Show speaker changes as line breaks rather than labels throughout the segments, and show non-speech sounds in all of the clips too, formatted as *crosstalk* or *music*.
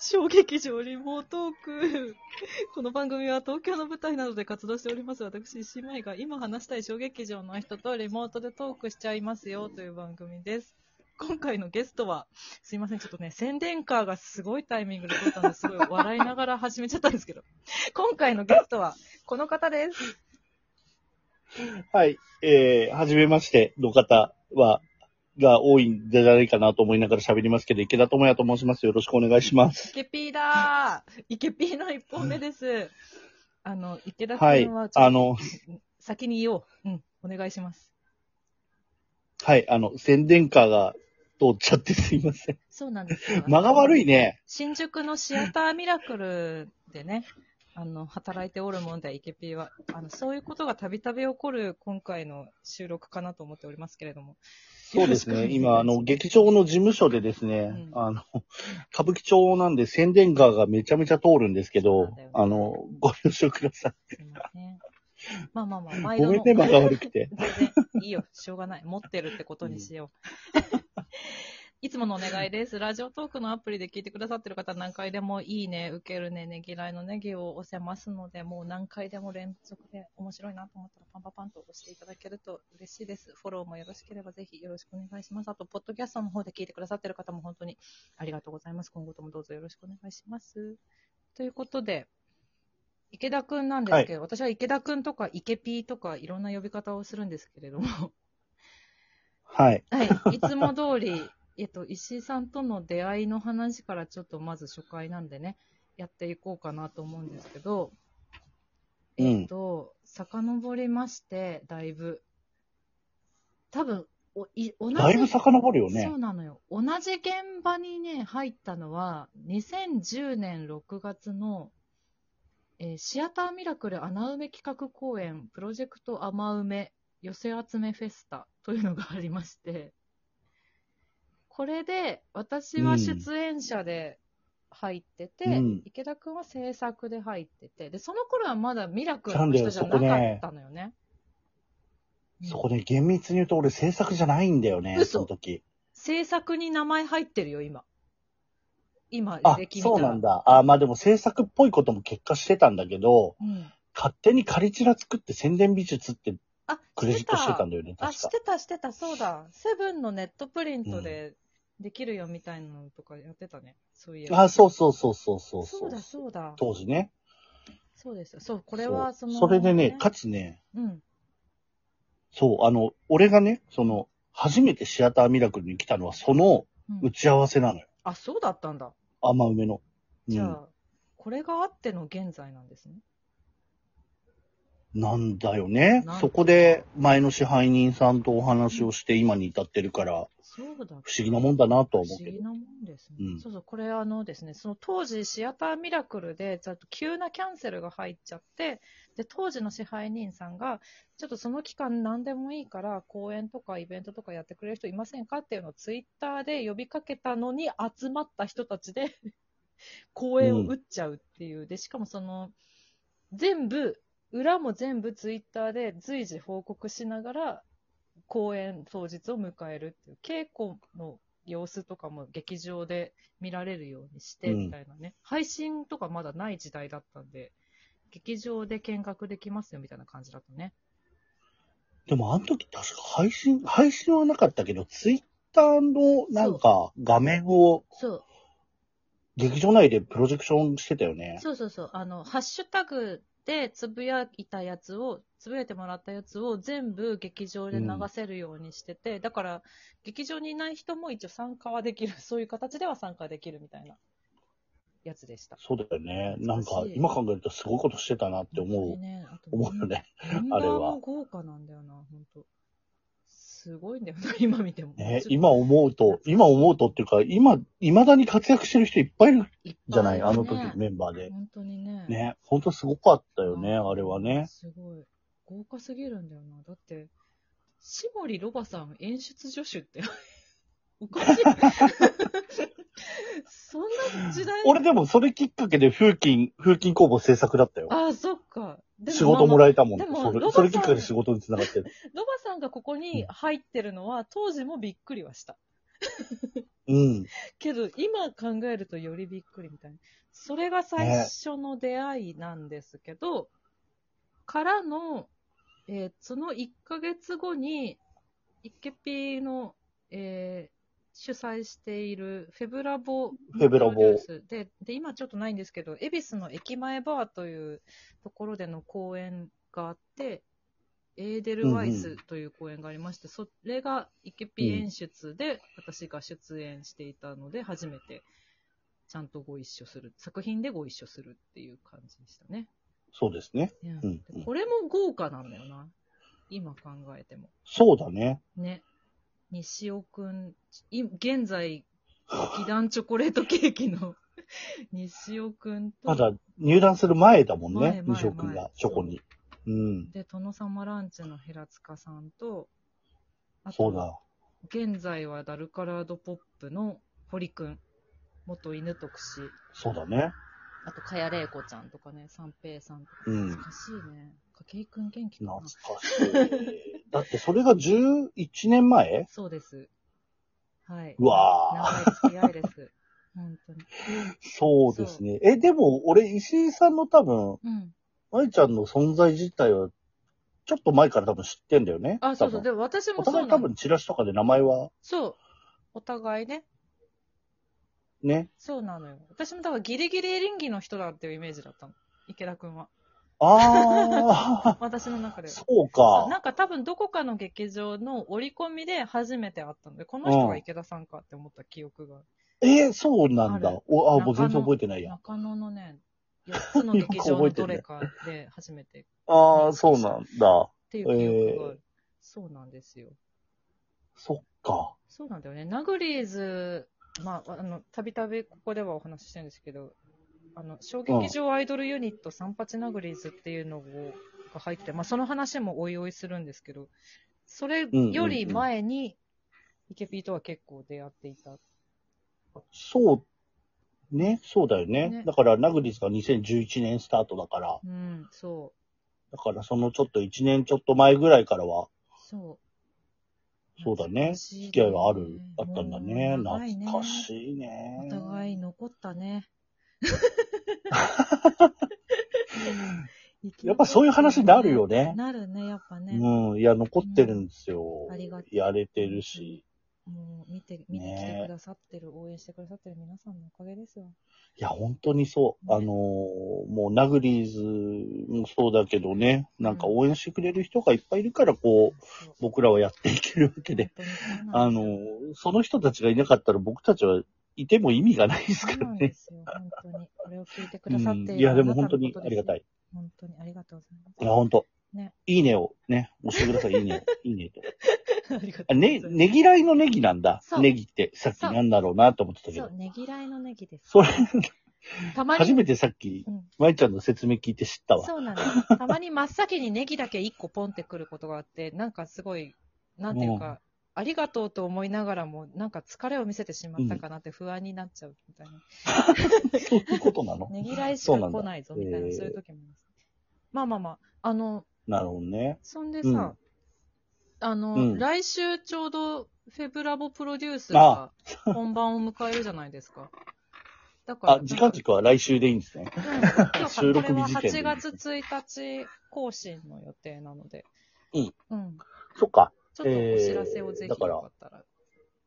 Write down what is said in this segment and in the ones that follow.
小劇場リモートーク。この番組は東京の舞台などで活動しております私、石井舞が今話したい小劇場の人とリモートでトークしちゃいますよという番組です。今回のゲストは、すいません、ちょっとね、宣伝カーがすごいタイミングで撮ったんですごい笑いながら始めちゃったんですけど、今回のゲストは、この方です。
はい。えー、はじめましての方は、が多いんじゃないかなと思いながら喋りますけど、池田智也と申します。よろしくお願いします。
イケピーだーイケピーの1本目です。あの、池田
は
君
い
は、。ちょっと
あの、
先に言おう。うん、お願いします。
はい、あの、宣伝カーが通っちゃってすいま
*laughs*
せん。
そうなんですよ。
間が悪いね。
新宿のシアターミラクルでね、あの、働いておるもんで、イケピーは。あの、そういうことがたびたび起こる今回の収録かなと思っておりますけれども。
そうです
よ
ね。
*laughs* ろしく
今、あの、劇場の事務所でですね、
うん
あの、歌舞伎町なんで宣伝カーがめちゃめちゃ通るんですけ
そう
ど
だよね、
あの、ご了承くださ
すいません。まあまあまあ、
い。
毎
*laughs* ご
度
めん
の。
ね、
全
間が悪くて。
然いいよ、しょうがない。持ってるってことにしよう。いつものお願いです。ラジオトークのアプリで聞いてくださってる方、何回でもいいね、受けるね、ねぎらいのネギを押せますので、もう何回でも連続で面白いなと思ったら、パンパンパンと押していただけると嬉しいです。フォローもよろしければ、ぜひよろしくお願いします。あと、ポッドキャストの方で聞いてくださってる方も本当にありがとうございます。今後ともどうぞよろしくお願いします。ということで、池田くんなんですけど、私は池田くんとか、池ピーとか、いろんな呼び方をするんですけれども、
はい。
*laughs* はい、いつも通り、えっと、石井さんとの出会いの話からちょっとまず初回なんでね、やっていこうかなと思うんですけど、
うん
えっと、遡りまして、だいぶ、多分、おい同じ
だいぶ遡るよね
そう。なのよ。同じ現場にね、入ったのは、2010年6月の、えーシアターミラクル穴埋め企画公演、プロジェクト雨埋め寄せ集めフェスタというのがありまして、これで私は出演者で入ってて、
うん
池田くんは制作で入ってて、で、その頃はまだミラクルの人じゃなかったのよね。
そこね、厳密に言うと俺制作じゃないんだよね、
嘘
その時。
制作に名前入ってるよ、今。今、
あ
履、歴見たら
そうなんだ。あ、まあでも制作っぽいことも結果してたんだけど、
うん。
勝手にカリチラ作って宣伝美術って
あ、
クレジットしてた
だ。
んだよね、
あ、
確
し
か。
てた、してた、そうだ。セブンのネットプリントでできるよみたいなのとかやってたね。そういえば。
あ、そうそうそうそうそう
そ
そう
うだ、そうだ。
当時ね。
そうですよ。そう、これはそ
そう
の、
それでね、かつね、
うん。
そう、あの、俺がね、その、初めてシアターミラクルに来たのは、その
うん
打ち合わせなのよ。
あ、そうだったんだ。
甘梅の。う
じゃあ、
ん。
これがあっての現在なんですね。
なんだよね
なん。
そこで、前の支配人さんとお話をして、今に至ってるから、
そうだ。
不思議なもんだなとは
不思
思うけど
議。なもんですね。
うん
そうそう、これあのですね、その当時シアターミラクルで、ちょっと急なキャンセルが入っちゃって、で、当時の支配人さんが、ちょっとその期間何でもいいから、公演とかイベントとかやってくれる人いませんかっていうのをツイッターで呼びかけたのに集まった人たちで、 *laughs* 公演を打っちゃうっていう。で、しかもその、全部、裏も全部ツイッターで随時報告しながら、公演当日を迎えるっていう、稽古の様子とかも劇場で見られるようにして、
うん
みたいなね、配信とかまだない時代だったんで、劇場で見学できますよみたいな感じだったね。
でも、あの時確か配信、配信はなかったけど、ツイッターのなんか画面を
そう、
劇場内でプロジェクションしてたよね。
そうそうそう、あの、ハッシュタグでつぶやいたやつを、つぶやいてもらったやつを全部劇場で流せるようにしてて、だから、劇場にいない人も一応参加はできる、 *laughs* そういう形では参加できるみたいなやつでした。
そうだよね。なんか
懐かしい
今考えるとすごいことしてたなって
本当
思
に
う、
ね、あと
思うよね。
メンバ
あれ
ー
は
も豪華なんだよな、本当。すごいんだよな、 *laughs* 今見ても。
ね
ちょっと
今思うと、今思うとっていうか、今、未だに活躍してる人いっぱいいる
いっぱ
じゃない、
いるね
あの時のメンバーで。
本当にね。
ね、ほんとすごかった
うん、
よね、あれはね。
すごい。豪華すぎるんだよな。だって、しもりロバさん演出助手って、 *laughs* おかしい。 *laughs* そんな時代
俺でもそれきっかけで風琴、風琴工房制作だったよ。
ああ、そっか。で
仕
まあ
事も
まあ
らえたもん。
でも
そ
ロバさ
れ
ん
それきっかけで仕事に繋がってる。
ロバさんがここに入ってるのは、当時もびっくりはした。
うん。
けど、今考えるとよりびっくりみたいな。それが最初の出会いなんですけど、からの、えーその1ヶ月後に、イッケピーの、えー主催しているフェブラボ
フェブラボ
プロデュースでで、今ちょっとないんですけど、恵比寿の駅前バーというところでの公演があって、エーデルワイ
うんう
スという公演がありまして、それがイケピ演出で、私が出演していたので、初めてちゃんとご一緒する、作品でご一緒するっていう感じでしたね。
そうですね。
いや
うんうん
これも豪華なんだよな、今考えても。
そうだね。
ね。西尾くん、い現在、劇団チョコレートケーキの *laughs* 西尾くんと、
まだ入団する前だもん
前
ね
前。
西尾くんが、チョコに。うん。
で、殿様ランチの平塚さんと、あと
そうだ。
現在はダルカラードポップの堀くん、元犬特使、
そうだね。
あと、かやれいこちゃんとかね、三平さんとか、
うん
懐かしいね。筧くん元気かな
懐。か
*laughs*
しい。だってそれが11年前
そうです。はい。
うわ
長い付き合いです。本当に。
ぁ。そうですね。え、でも俺、石井さんの多分、
うん。
まいちゃんの存在自体は、ちょっと前から多分知ってんだよね。
あ、そうそう。
多分
でも私も
お
そ
互
う
い
な
多
の。
分チラシとかで名前は、
そう。お互いね。 *laughs*
ね。
そうなのよ。私もだからギリギリエリンギの人だっていうイメージだったの。池田くんは。
あ
私の中
ー、
では。
そう
そう
か。
なんか多分どこかの劇場の折り込みで初めて会ったので、この人が池田さんかって思った記憶があ
えーそうなん
あ
だ
る。
お、あ、
中野
もう全然覚えてない
る。
や。
中野のね、4つの劇場のどれかで初めてっ
ああ、そうなんだ。
ていう記憶がある。そうなんですよ。
そっか。
そうなんだよね。ナグリーズ、まあ、あの、たびたびここではお話ししてるんですけど、あの、小劇場アイドルユニット、三八ナグリーズっていうのをが入って、まあ、その話もおいおいするんですけど、それより前に、イケピーとは結構出会っていた。
そう、ね、そうだよね。
ね
だから、ナグリスが2011年スタートだから、
うん、そ
だからそのちょっと1年ちょっと前ぐらいからは、
う、そう。
そうだね。
付
付き合いがある、あったんだね。懐か
い
しい
ね。
ね
お。互い残った
*laughs*
ね。
やっぱそういう話になるよね
なるね、やっぱね。
うん、いや、残ってるんですよ。
ありがと
やれてるし。
もう見て、見に来てくださってる、応援してくださってる皆さんのおかげですよ。
いや、本当にそう。
ね
あのーもう、ナグリーズもそうだけどね、なんか応援してくれる人がいっぱいいるから、こう、
そう
僕らはやっていけるわけで。
本当にそうなんですよ
あの、その人たちがいなかったら僕たちはいても意味がないです
そうな
から
んです
ね。
よ、本当に。これを聞いてく
う
ださっ
ん
ている、
いや、でも本当にありがた
い。
い。
本当にありがとうございます。
いや、本当。
ね
いいねをね、押してください。いい
*laughs*
ねを。いいねと。
ありが
あ
とうござい
ね、
ます。
ねぎらいのネギなんだ
そ。う
ネギって、さっきなんだろうなと思ってたけ
そ
ど
う、。ねぎらいのネギです。
それ、
たまに、
初めてさっき、
うん
まいちゃんの説明聞いて知ったわ。
そうなんです。たまに真っ先にネギだけ1個ポンってくることがあって、なんかすごい、なんていうか、ありがとうと思いながらも、なんか疲れを見せてしまったかなって不安になっちゃうみたいな。
そういうことなの
*laughs* ねぎらいし
そ
か
うなんだ
来ないぞみたい
え
な、
ー
そういう時もあります。まあまあまあ、あの、
なるほどね。
そんでさ、あの、
うん
来週ちょうどフェブラボプロデュース
あ
が本番を迎えるじゃないです
*laughs*
か。だから、
あ、時間軸は来週でいいんですね。
うん今日
収録日時点で
これは8月1日更新の予定なので。
うん。
うん。
そっか。
ちょっとお知らせをぜひ
えーだ
よ
から
かったら。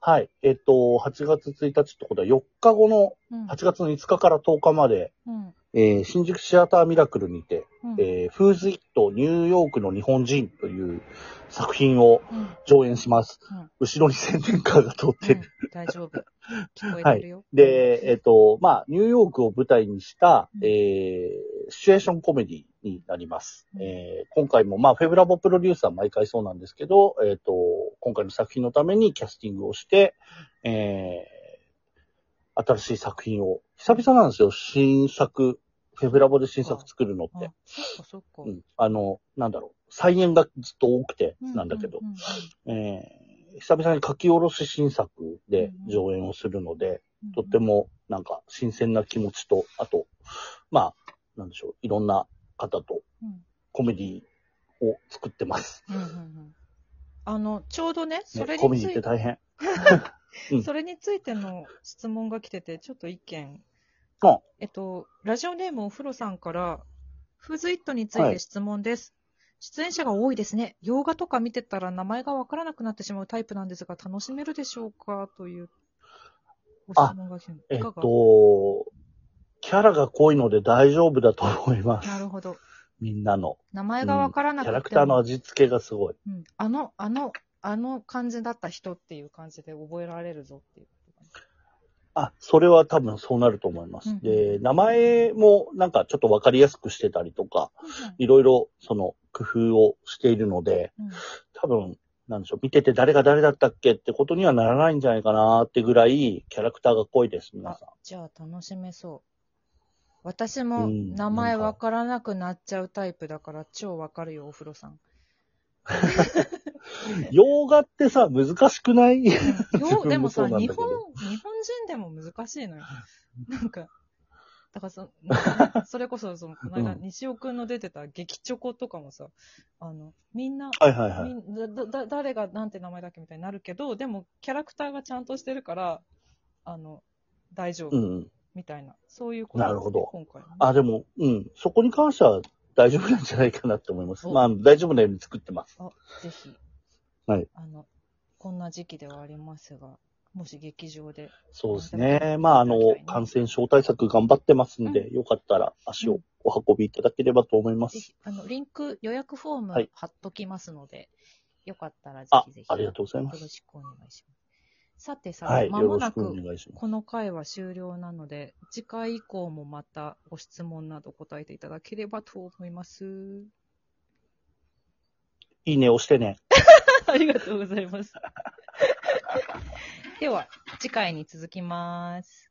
はい。えっと、8月1日ってことは4日後の
うん。
8月の5日から10日まで、
うん。
えー新宿シアターミラクルにて、
うん。
えー、フーズイットニューヨークの日本人という作品を
うん
上演します。
うん
後ろに宣伝カーが通ってる。
うん大丈夫。聞こえてるよ。
で、えっ、と、まあ、ニューヨークを舞台にした、
うん
えーシチュエーションコメディになります。
うん
えー今回も、まあ、フェブラボプロデュースは毎回そうなんですけど、えっ、と、今回の作品のためにキャスティングをして、えー新しい作品を、久々なんですよ、新作、フェブラボで新作作るのって。
あ、そっかそっか。
うん、あの、なんだろう、再演がずっと多くて、
う
なんだけど、
ううん
えー久々に書き下ろし新作で上演をするので、
うん
とってもなんか新鮮な気持ちと、あと、まあ、なんでしょう、いろんな方と
うん
コメディを作ってます。
うんうんうんあの、ちょうどね、そ
ね
れ
コメ
に
デ
つ
ィって
いて、
大変。うん
それについての質問が来てて、ちょっと一件
あ。
えっと、ラジオネームお風呂さんから、フーズイットにつ
はい
て
い
質問です。出演者が多いですね。洋画とか見てたら名前がわからなくなってしまうタイプなんですが、楽しめるでしょうかというご質問が来て
え
い
っ
かが、
と、キャラが濃いので大丈夫だと思います。
なるほど。
みんなの。
名前がわから
キ
なくて
ャ
も、
ラクターの味付けがすごい。
うん、あの、あの、あの感じだった人っていう感じで覚えられるぞっていうことか
あ、それは多分そうなると思います。
うん
で、名前もなんかちょっとわかりやすくしてたりとか、
な。
いろいろその工夫をしているので、
うん
多分、なんでしょう、見てて誰が誰だったっけってことにはならないんじゃないかなってぐらい、キャラクターが濃いです、皆
あ
さん。
じゃあ楽しめそう。私
う
も
ん
名前
なんか
わからなくなっちゃうタイプだから超わかるよ、お風呂
*laughs*
さん。
洋画ってさ、難しくない自
ようで
分
も
もそ
さ、
うなんだ
日
けど
本、日本人でも難しいのよ。なんか、だからそなん
*laughs*
かそれこそ、その、この間、
うん
西尾くんの出てた劇チョコとかもさ、あの、みんな、
はいはいは
み。
い
んだだだ誰がなんて名前だっけみたいになるけど、でもキャラクターがちゃんとしてるから、あの、大丈
う
夫
ん。
みたいな、そういうことです、ね、
なるほど
今回はね、
あ、でも、うん。そこに関しては大丈夫なんじゃないかなって思います。
お
まあ、大丈夫なように作ってます。
ぜひ、
はい
あの、こんな時期ではありますが、もし劇場で、
そうですね。まあ、あの
はいはい、
感染症対策頑張ってますんで、よかったら足
う
を
ん
お運びいただければと思いま
ぜ
す。
ひ、あの、リンク予約フォーム
はい
貼っときますので、よかったらぜ
あ
ひぜひ、、
ありがとうございま
よろ
す。
しくお願いします。さてさて、
はい。よ
まも
ろ
な
しくお
く
願いします。
この回は終了なので、次回以降もまたご質問など答えていただければと思います。
いいね押してね。
ありがとうございます。では、次回に続きます。